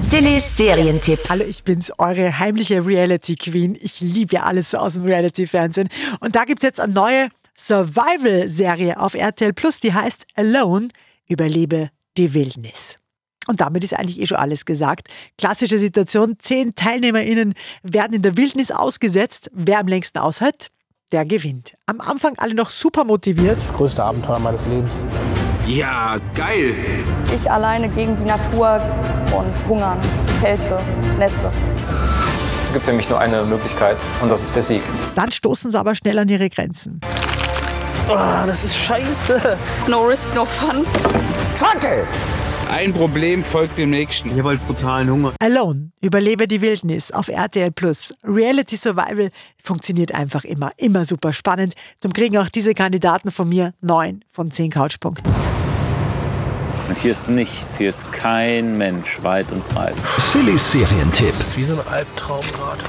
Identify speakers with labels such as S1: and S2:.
S1: Sillis Serientipp.
S2: Hallo, ich bin's, eure heimliche Reality Queen. Ich liebe ja alles so aus dem Reality-Fernsehen. Und da gibt's jetzt eine neue Survival-Serie auf RTL Plus, die heißt Alone, überlebe die Wildnis. Und damit ist eigentlich eh schon alles gesagt. Klassische Situation, zehn TeilnehmerInnen werden in der Wildnis ausgesetzt. Wer am längsten aushält, der gewinnt. Am Anfang alle noch super motiviert.
S3: größte Abenteuer meines Lebens.
S4: Ja, geil.
S5: Ich alleine gegen die Natur und Hungern, Kälte, Nässe.
S6: Es gibt für mich nur eine Möglichkeit und das ist der Sieg.
S2: Dann stoßen sie aber schnell an ihre Grenzen.
S7: No risk, no fun.
S4: Ein Problem folgt dem nächsten. Ich habe halt brutalen Hunger.
S2: Alone, überlebe die Wildnis auf RTL Plus. Reality Survival funktioniert einfach immer, immer super spannend. Darum kriegen auch diese Kandidaten von mir neun von zehn Couchpunkten.
S8: Und hier ist nichts, hier ist kein Mensch weit und breit.
S9: Sillys Serientipp.
S3: Wie so ein Albtraum gerade.